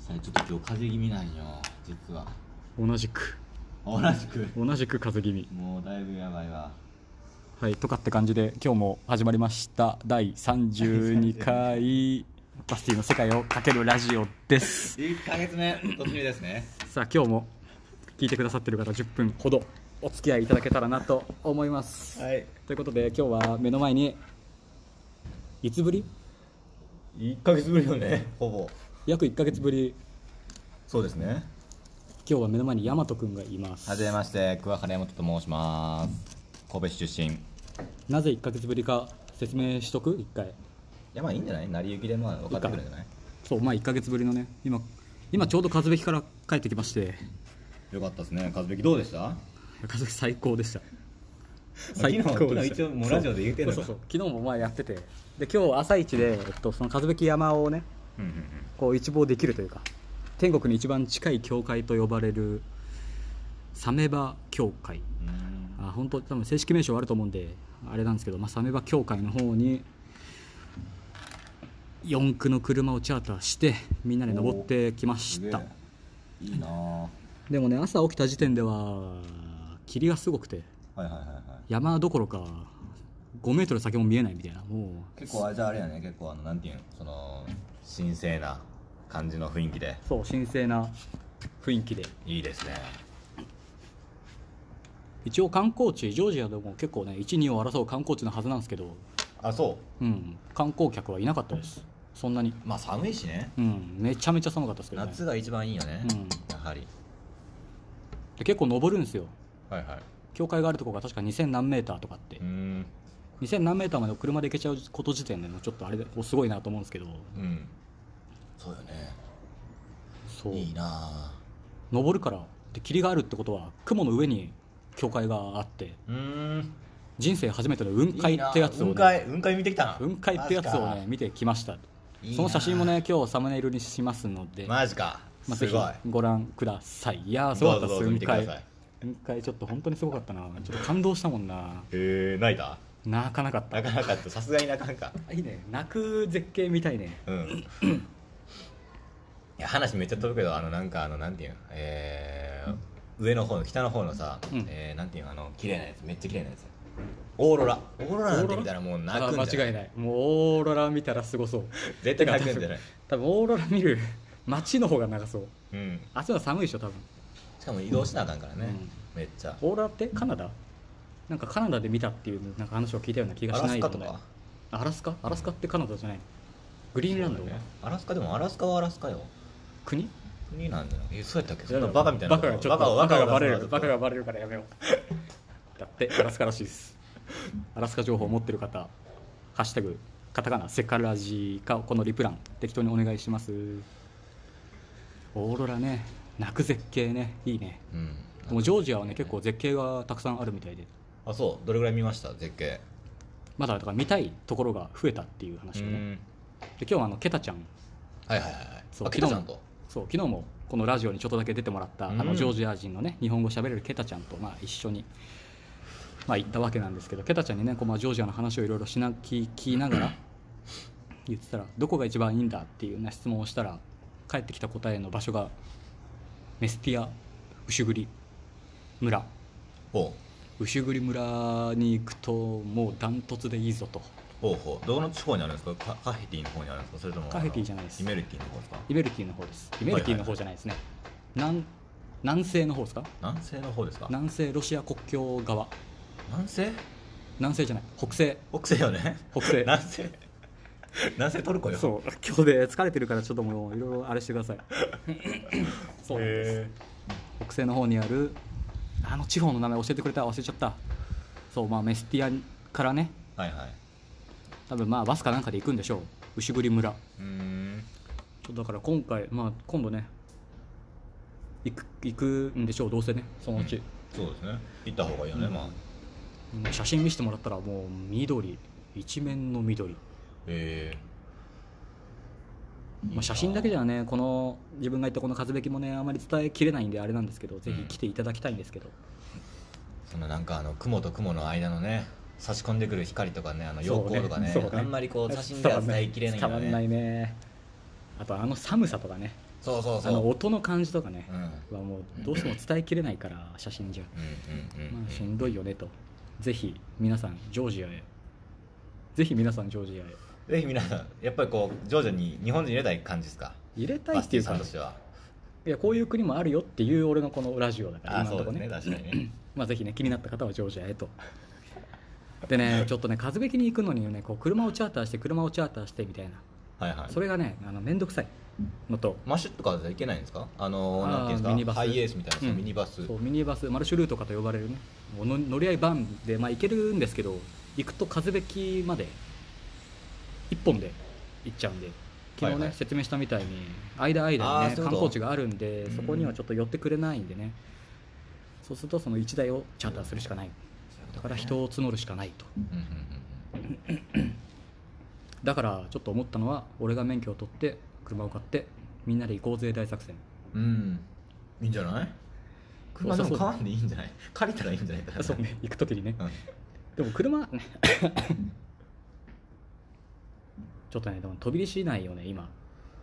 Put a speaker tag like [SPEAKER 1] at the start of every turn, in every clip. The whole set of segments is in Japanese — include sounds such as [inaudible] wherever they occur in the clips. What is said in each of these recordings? [SPEAKER 1] さあちょっと今日風邪気味なんよ実は
[SPEAKER 2] 同じく
[SPEAKER 1] 同じく
[SPEAKER 2] 同じく風邪気味
[SPEAKER 1] もうだいぶやばいわ
[SPEAKER 2] はいとかって感じで今日も始まりました第32回 [laughs] バスティの世界をかけるラジオです
[SPEAKER 1] 1ヶ月目突入ですね
[SPEAKER 2] さあ今日も聞いてくださってる方10分ほどお付き合いいただけたらなと思います、
[SPEAKER 1] はい
[SPEAKER 2] ということで今日は目の前にいつぶり
[SPEAKER 1] 1ヶ月ぶりよねほぼ
[SPEAKER 2] 約1ヶ月ぶり
[SPEAKER 1] そうですね
[SPEAKER 2] 今日は目の前に大和くんがいます
[SPEAKER 1] はじめまして桑原山本と申します神戸市出身い
[SPEAKER 2] なぜ1ヶ月ぶりか説明しとく1回
[SPEAKER 1] やまあいいんじゃない成り行きでまあ分かってくるんじゃない
[SPEAKER 2] そうまあ1ヶ月ぶりのね今今ちょうど和べきから帰ってきまして
[SPEAKER 1] よかったですね和樹どうでした
[SPEAKER 2] 家族最高でした
[SPEAKER 1] [laughs] 昨日昨日一応もうラジオで言ってんのか
[SPEAKER 2] そうそうそう昨日もまあやっててで今日朝一で、えっと、その和べき山をね
[SPEAKER 1] うんうん
[SPEAKER 2] こう一望できるというか天国に一番近い教会と呼ばれるサメバ教会
[SPEAKER 1] うんうん
[SPEAKER 2] あ本当多分正式名称あると思うんであれなんですけど、まあ、サメバ教会の方に四駆の車をチャーターしてみんなで登ってきました
[SPEAKER 1] すげえいいなあ
[SPEAKER 2] でもね朝起きた時点では霧がすごくて
[SPEAKER 1] はいはいはいはい
[SPEAKER 2] 山どころか5メートル先も見えないみたいなもう
[SPEAKER 1] 結構あれじゃああれやね結構あのなんていうんその神聖な感じの雰囲気で
[SPEAKER 2] そう神聖な雰囲気で
[SPEAKER 1] いいですね
[SPEAKER 2] 一応観光地ジョージアでも結構ね12を争う観光地のはずなんですけど
[SPEAKER 1] あそ
[SPEAKER 2] うん観光客はいなかったですそんなに
[SPEAKER 1] うまあ寒いしね
[SPEAKER 2] うんめちゃめちゃ寒かったですけど、ね、
[SPEAKER 1] 夏が一番いいよね、
[SPEAKER 2] うん
[SPEAKER 1] やはり
[SPEAKER 2] で結構登るんですよ
[SPEAKER 1] はいはい
[SPEAKER 2] 教会があるとこが確か2000何メーターとかって、
[SPEAKER 1] うん
[SPEAKER 2] 2000何メーターまで車で行けちゃうこと時点でもうちょっとあれでおすごいなと思うんですけど
[SPEAKER 1] うんそうよね
[SPEAKER 2] そう
[SPEAKER 1] いいなあ
[SPEAKER 2] 登るからで霧があるってことは雲の上に教会があって
[SPEAKER 1] うん
[SPEAKER 2] 人生初めての雲海ってやつ
[SPEAKER 1] 雲
[SPEAKER 2] をね
[SPEAKER 1] 海雲海見てきたな
[SPEAKER 2] 雲海ってやつをね見てきました
[SPEAKER 1] いいな
[SPEAKER 2] その写真もね今日サムネイルにしますので、ま
[SPEAKER 1] マジかマジか
[SPEAKER 2] あ、
[SPEAKER 1] す
[SPEAKER 2] ぜ
[SPEAKER 1] ごい
[SPEAKER 2] ひご覧くださいいやーす
[SPEAKER 1] ど
[SPEAKER 2] ご
[SPEAKER 1] う
[SPEAKER 2] か
[SPEAKER 1] ぞ
[SPEAKER 2] っ
[SPEAKER 1] どう
[SPEAKER 2] たっす
[SPEAKER 1] ぞ見
[SPEAKER 2] 雲
[SPEAKER 1] てくだ
[SPEAKER 2] 海
[SPEAKER 1] さい
[SPEAKER 2] 雲海ちょっと本当にすごかったなちょっと感動したもんな
[SPEAKER 1] へえ泣いた
[SPEAKER 2] 泣かなかった
[SPEAKER 1] 泣かなかったさすがに泣かなかった
[SPEAKER 2] いいね泣く絶景みたいね
[SPEAKER 1] うん、いや話めっちゃ飛ぶけどあのなんかあのなんていうんえー上の方の北の方のさ、
[SPEAKER 2] うん
[SPEAKER 1] えーなんていうんあの綺麗なやつめっちゃ綺麗なやつオーロラオーロラなんて見たらもう泣くんじゃない
[SPEAKER 2] あ間違い
[SPEAKER 1] い
[SPEAKER 2] ないもうオーロラ見たらすごそう
[SPEAKER 1] 絶対泣くんじゃない
[SPEAKER 2] 多分オーロラ見る [laughs] 街の方が長そう
[SPEAKER 1] うん
[SPEAKER 2] あっちは寒いでしょ多分
[SPEAKER 1] しかも移動しなあかんからね、
[SPEAKER 2] うん
[SPEAKER 1] めっちゃ
[SPEAKER 2] オーロラってカナダなんかカナダで見たっていうなんか話を聞いたような気がし
[SPEAKER 1] アラ
[SPEAKER 2] な
[SPEAKER 1] ス
[SPEAKER 2] い
[SPEAKER 1] カ
[SPEAKER 2] で
[SPEAKER 1] と
[SPEAKER 2] もない
[SPEAKER 1] か
[SPEAKER 2] アラスカアラスカってカナダじゃないグリーンランド、
[SPEAKER 1] そうだねアラスカでもアラスカはアラスカよ
[SPEAKER 2] 国
[SPEAKER 1] 国なんだよえそうやったっけそんなバカみたいな
[SPEAKER 2] バカがちょっとバカがバレるバカがバレるからやめよう [laughs] だってアラスカらしいですアラスカ情報を持ってる方「ハッシュタグカタカナセカラジ」かこのリプラン適当にお願いしますオーロラね泣く絶景ねいいね
[SPEAKER 1] うん
[SPEAKER 2] でもジョージアはね結構絶景がたくさんあるみたいで
[SPEAKER 1] あそうどれぐらい見ました絶景
[SPEAKER 2] まだだから見たいところが増えたっていう話を
[SPEAKER 1] う
[SPEAKER 2] ね
[SPEAKER 1] ん
[SPEAKER 2] で今日はあのケタちゃん
[SPEAKER 1] はいはいはいはい
[SPEAKER 2] そう
[SPEAKER 1] あ来たちゃんと
[SPEAKER 2] そう昨日もこのラジオにちょっとだけ出てもらった、
[SPEAKER 1] うん
[SPEAKER 2] あのジョージア人のね日本語喋れるケタちゃんとまあ一緒に、まあ、行ったわけなんですけどケタちゃんにねこうまあジョージアの話をいろいろしな聞きなが [laughs] ら言ってたらどこが一番いいんだっていうような質問をしたら帰ってきた答えの場所がメスティア牛栗村
[SPEAKER 1] ほう
[SPEAKER 2] 牛栗村に行くともうダントツでいいぞと
[SPEAKER 1] ほうほうどの地方にあるんですかカカヘティの方にあるんですかそれとも
[SPEAKER 2] カヘティじゃないです
[SPEAKER 1] イメルティの方ですか
[SPEAKER 2] イベルティの方ですイベルティの方じゃないですね、南南西の方ですか
[SPEAKER 1] 南西の方ですか
[SPEAKER 2] 南西ロシア国境側
[SPEAKER 1] 南西
[SPEAKER 2] 南西じゃない北西
[SPEAKER 1] 北西よね
[SPEAKER 2] 北西
[SPEAKER 1] [laughs] 南西南西トルコよう
[SPEAKER 2] そう今日で疲れてるからちょっともういろいろあれしてくださいそうなんです北西の方にあるあの地方の名前教えてくれた忘れちゃったそうまあメスティアからね
[SPEAKER 1] はいはい
[SPEAKER 2] 多分まあバスかなんかで行くんでしょう牛栗村
[SPEAKER 1] うーん
[SPEAKER 2] ちょっとだから今回まあ今度ね行く行くんでしょうどうせねそのうち、
[SPEAKER 1] そうですね行った方がいいよね、
[SPEAKER 2] うん
[SPEAKER 1] まあ
[SPEAKER 2] 写真見せてもらったらもう緑一面の緑
[SPEAKER 1] え
[SPEAKER 2] まあ、写真だけじゃねこの自分が言ったこの数べきもねあまり伝えきれないんであれなんですけどぜひ来ていただきたいんですけど、
[SPEAKER 1] そのなんかあの雲と雲の間のね差し込んでくる光とかねあの陽
[SPEAKER 2] そうね
[SPEAKER 1] 光とかね
[SPEAKER 2] そうね
[SPEAKER 1] あんまりこう写真では伝えきれないよ
[SPEAKER 2] 伝わんない
[SPEAKER 1] ね
[SPEAKER 2] ねあとあの寒さとかね
[SPEAKER 1] そうそう
[SPEAKER 2] あ
[SPEAKER 1] そう
[SPEAKER 2] の音の感じとかね
[SPEAKER 1] うんうんうん
[SPEAKER 2] はもうどうしても伝えきれないから写真じゃ、
[SPEAKER 1] うんうん
[SPEAKER 2] まあ、しんどいよねとぜひ皆さんジョージアへぜひ皆さんジョージアへ
[SPEAKER 1] ぜひ皆さんやっぱりこう徐々に日本人入れたい感じですか
[SPEAKER 2] 入れたい
[SPEAKER 1] バ
[SPEAKER 2] っ
[SPEAKER 1] ス
[SPEAKER 2] て
[SPEAKER 1] テ
[SPEAKER 2] い
[SPEAKER 1] ィ
[SPEAKER 2] う
[SPEAKER 1] さ
[SPEAKER 2] か
[SPEAKER 1] んとしてはい
[SPEAKER 2] やこういう国もあるよっていう俺のこのラジオだから
[SPEAKER 1] ああ
[SPEAKER 2] 今の
[SPEAKER 1] そ
[SPEAKER 2] と
[SPEAKER 1] うで
[SPEAKER 2] こ
[SPEAKER 1] す
[SPEAKER 2] ね
[SPEAKER 1] ね確かにね
[SPEAKER 2] まあぜひね気になった方はジョージアへとでねちょっとね数べきに行くのにねこう車をチャーターして車をチャーターしてみたいな
[SPEAKER 1] はいはい
[SPEAKER 2] それがねあの面倒くさいのと
[SPEAKER 1] マッシュとかじゃいけないんですかあの
[SPEAKER 2] あー
[SPEAKER 1] なんていうんですか
[SPEAKER 2] ミニバス
[SPEAKER 1] ハイエースみたいな、
[SPEAKER 2] うん
[SPEAKER 1] ミニバス
[SPEAKER 2] そうミニバスマルシュルートかと呼ばれるねもうの乗り合いバンで、まあ、行けるんですけど行くと数べきまで1本で行っちゃうんで昨日ね、
[SPEAKER 1] はいはい
[SPEAKER 2] 説明したみたいに間間
[SPEAKER 1] あ
[SPEAKER 2] に
[SPEAKER 1] ー
[SPEAKER 2] ね
[SPEAKER 1] そういうこ
[SPEAKER 2] 観
[SPEAKER 1] と
[SPEAKER 2] 光地があるんで
[SPEAKER 1] うん
[SPEAKER 2] そこにはちょっと寄ってくれないんでねそうするとその1台をチャーターするしかないだから人を募るしかないと
[SPEAKER 1] うんうん
[SPEAKER 2] だからちょっと思ったのは俺が免許を取って車を買ってみんなで行こうぜ大作戦
[SPEAKER 1] うんうんうんいいんじゃない車で
[SPEAKER 2] そう
[SPEAKER 1] も
[SPEAKER 2] そ
[SPEAKER 1] 買
[SPEAKER 2] う
[SPEAKER 1] わんでいいんじゃない借りたらいいんじゃないかな
[SPEAKER 2] そうね行く時にね
[SPEAKER 1] うん
[SPEAKER 2] でも車 [coughs] ちょっとねでも飛び出しないよね今、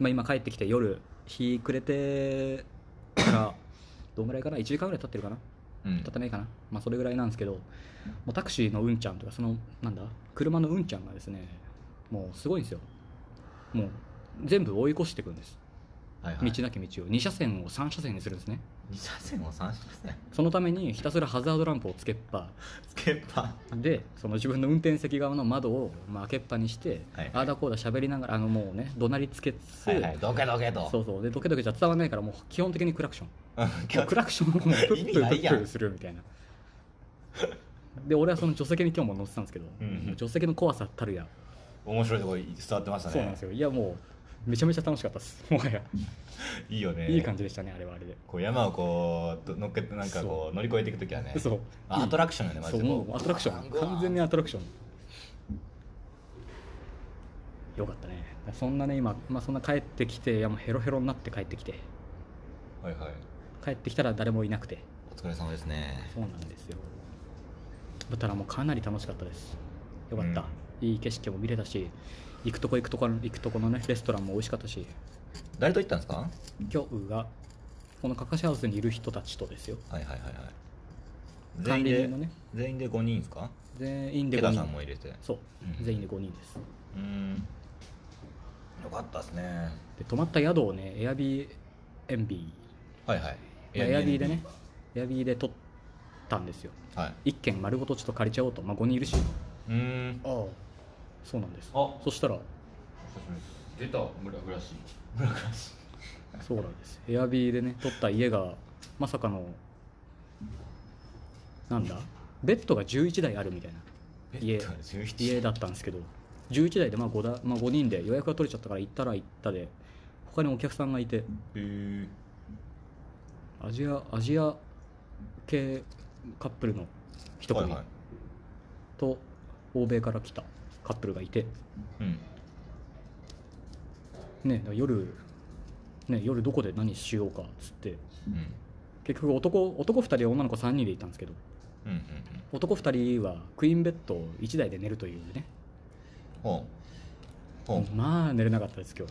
[SPEAKER 2] まあ、今帰ってきて夜日暮れてからどんぐらいかな1時間ぐらい経ってるかな
[SPEAKER 1] うん
[SPEAKER 2] 経ってないかなまあそれぐらいなんですけどもうタクシーのうんちゃんとかそのなんだ車のうんちゃんがですねもうすごいんですよもう全部追い越していくんです
[SPEAKER 1] はいは
[SPEAKER 2] 道
[SPEAKER 1] い
[SPEAKER 2] なき道を2車線を3車線にするんですね
[SPEAKER 1] 二車線を三車線
[SPEAKER 2] そのためにひたすらハザードランプをつけっぱ
[SPEAKER 1] つけっぱ
[SPEAKER 2] でその自分の運転席側の窓を、まあ、開けっぱにして、
[SPEAKER 1] はいはい
[SPEAKER 2] ああだこうだ喋りながらあのもうね怒鳴りつけつつ、
[SPEAKER 1] はいはいどけどけと [laughs]
[SPEAKER 2] そうそうでドケドケじゃ伝わらないからもう基本的にクラクション
[SPEAKER 1] うん
[SPEAKER 2] もうクラクションをもうプ
[SPEAKER 1] 意
[SPEAKER 2] ッ
[SPEAKER 1] 味
[SPEAKER 2] プル
[SPEAKER 1] な
[SPEAKER 2] プ
[SPEAKER 1] い
[SPEAKER 2] ッ
[SPEAKER 1] やん
[SPEAKER 2] プルするみたいなで俺はその助手席に今日も乗ってたんですけど、
[SPEAKER 1] うんうん
[SPEAKER 2] もう助手席の怖さたるや、
[SPEAKER 1] 面白いとこ伝わってましたね
[SPEAKER 2] そうなんですよいやもうめちゃめちゃ楽しかったですもはや、
[SPEAKER 1] いいよね
[SPEAKER 2] いい感じでしたねあれはあれで、
[SPEAKER 1] こう山をこうど乗っけてなんかこう乗り越えていくときはね
[SPEAKER 2] そう
[SPEAKER 1] あアトラクションよねマ
[SPEAKER 2] そ
[SPEAKER 1] ジ
[SPEAKER 2] う
[SPEAKER 1] で
[SPEAKER 2] も
[SPEAKER 1] こ
[SPEAKER 2] う
[SPEAKER 1] う
[SPEAKER 2] アトラクション
[SPEAKER 1] うわ
[SPEAKER 2] 完全にアトラクションよかったねそんなね今、まあ、そんな帰ってきていやもうヘロヘロになって帰ってきて
[SPEAKER 1] はいはい
[SPEAKER 2] 帰ってきたら誰もいなくて
[SPEAKER 1] お疲れ様ですね
[SPEAKER 2] そうなんですよだったらもうかなり楽しかったですよかった、いい景色も見れたし行くとこ行くとこ行くとこのねレストランも美味しかったし
[SPEAKER 1] 誰と行ったんですか
[SPEAKER 2] 今日がこのカカシハウスにいる人たちとですよ
[SPEAKER 1] はいはいはいはい全
[SPEAKER 2] 管
[SPEAKER 1] 員
[SPEAKER 2] 理
[SPEAKER 1] で、
[SPEAKER 2] 人のね
[SPEAKER 1] 全員で5人ですか
[SPEAKER 2] 全員で
[SPEAKER 1] 池
[SPEAKER 2] 5
[SPEAKER 1] 田さん
[SPEAKER 2] 人
[SPEAKER 1] も入れて
[SPEAKER 2] そう、
[SPEAKER 1] うん
[SPEAKER 2] 全員で5人です
[SPEAKER 1] うんよかったですね
[SPEAKER 2] で泊まった宿をねエアビーエンビ
[SPEAKER 1] はいはい
[SPEAKER 2] ー、まあエアビーでねエアビーで取ったんですよ
[SPEAKER 1] はい
[SPEAKER 2] 一軒丸ごとちょっと借りちゃおうと、まあ、5人いるし
[SPEAKER 1] うーん
[SPEAKER 2] ああそうなんです
[SPEAKER 1] あ
[SPEAKER 2] そしたら
[SPEAKER 1] 出た村暮らし村暮らし
[SPEAKER 2] そうなんですエアビーでね取った家がまさかのなんだベッドが11台あるみたいな家家
[SPEAKER 1] 11
[SPEAKER 2] だったんですけど11台でまあ 5, だ、まあ、5人で予約が取れちゃったから行ったら行ったで他にお客さんがいて
[SPEAKER 1] えー
[SPEAKER 2] アジアアジア系カップルの一組、
[SPEAKER 1] はいはい
[SPEAKER 2] と欧米から来たカップルがいて、
[SPEAKER 1] うん
[SPEAKER 2] ね、だから夜、ね、夜どこで何しようかっつって
[SPEAKER 1] うん
[SPEAKER 2] 結局男男2人女の子3人で行ったんですけど
[SPEAKER 1] うんうんうん
[SPEAKER 2] 男2人はクイーンベッド1台で寝るというね
[SPEAKER 1] ほうほ
[SPEAKER 2] まあ寝れなかったです今
[SPEAKER 1] う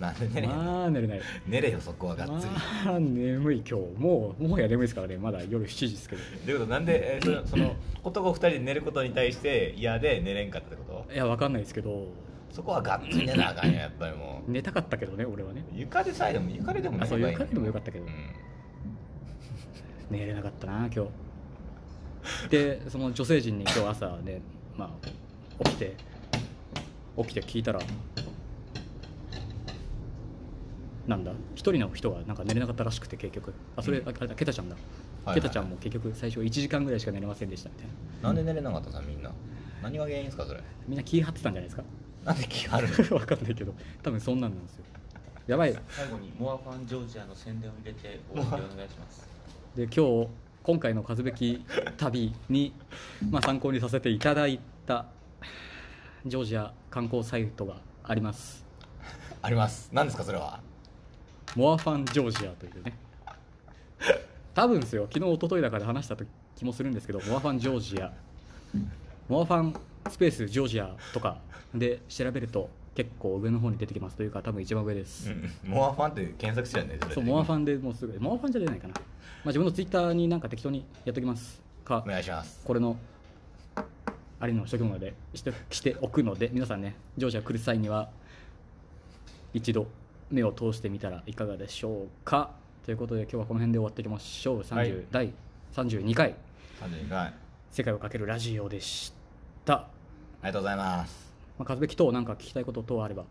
[SPEAKER 1] なんで寝
[SPEAKER 2] 日
[SPEAKER 1] れへん
[SPEAKER 2] まあ寝れない
[SPEAKER 1] 寝れよそこはがっつり
[SPEAKER 2] まあ眠い今日もうもはや眠いですからねまだ夜7時ですけど
[SPEAKER 1] ということなんで、えーそその男2人で寝ることに対して嫌で寝れんかったってこと
[SPEAKER 2] いやわかんないですけど
[SPEAKER 1] そこはがっつり寝なあかんよやっぱりもう
[SPEAKER 2] 寝たかったけどね俺はね
[SPEAKER 1] 床でさえでも床ででも
[SPEAKER 2] あそう
[SPEAKER 1] ればいい
[SPEAKER 2] 床でもよかったけど
[SPEAKER 1] うん
[SPEAKER 2] 寝れなかったな今日でその女性陣に今日朝ね、まあ、起きて起きて聞いたらなんだ一人の人がなんか寝れなかったらしくて結局あそれ、
[SPEAKER 1] うん
[SPEAKER 2] ああれだケタちゃんだ、
[SPEAKER 1] はい
[SPEAKER 2] ケタちゃんも結局最初1時間ぐらいしか寝れませんでしたみたいな
[SPEAKER 1] なんで寝れなかったさみんな何が原因ですかそれ
[SPEAKER 2] みんな気張ってたんじゃないですか [laughs]
[SPEAKER 1] なんで気張るの
[SPEAKER 2] わかんないけど多分そんなんなんですよやばい
[SPEAKER 3] 最後にモアファンジョージアの宣伝を入れてお願いします。
[SPEAKER 2] で今日今回の数べき旅に、まあ、参考にさせていただいたジョージア観光サイトがあります
[SPEAKER 1] あります何ですかそれは
[SPEAKER 2] モアファンジョージアというね多分ですよ昨日一昨日だから話した気もするんですけどモアファンジョージアモアファンスペースジョージアとかで調べると結構上の方に出てきますというか多分一番上です、
[SPEAKER 1] うんモアファンって検索してるんだよね
[SPEAKER 2] そうモアファ
[SPEAKER 1] ン
[SPEAKER 2] ンでもうすぐモアファンじゃ出ないかな、まあ、自分のツイッターになんか適当にやっときますか
[SPEAKER 1] お願いします
[SPEAKER 2] これのありの職務なのでしてしておくので皆さんねジョージア来る際には一度目を通してみたらいかがでしょうかということで今日はこの辺で終わっていきましょう30、
[SPEAKER 1] はい
[SPEAKER 2] 第32回
[SPEAKER 1] 32回あ
[SPEAKER 2] 「世界をかけるラジオ」でした、
[SPEAKER 1] りがとうございます
[SPEAKER 2] まあ、和べき等なんか聞きたいこと等あれば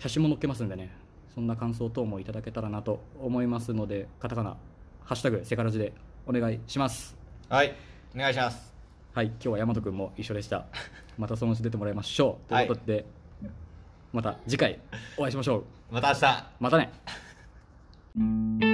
[SPEAKER 2] 写真も載っけますんでねそんな感想等もいただけたらなと思いますのでカタカナ「ハッシュタグセカラジ」でお願いします
[SPEAKER 1] はいお願いします
[SPEAKER 2] はい、今日は大和くんも一緒でした。またそのうち出てもらいましょう。と
[SPEAKER 1] はいいう
[SPEAKER 2] ことで、また次回お会いしましょう。
[SPEAKER 1] また明日
[SPEAKER 2] またね。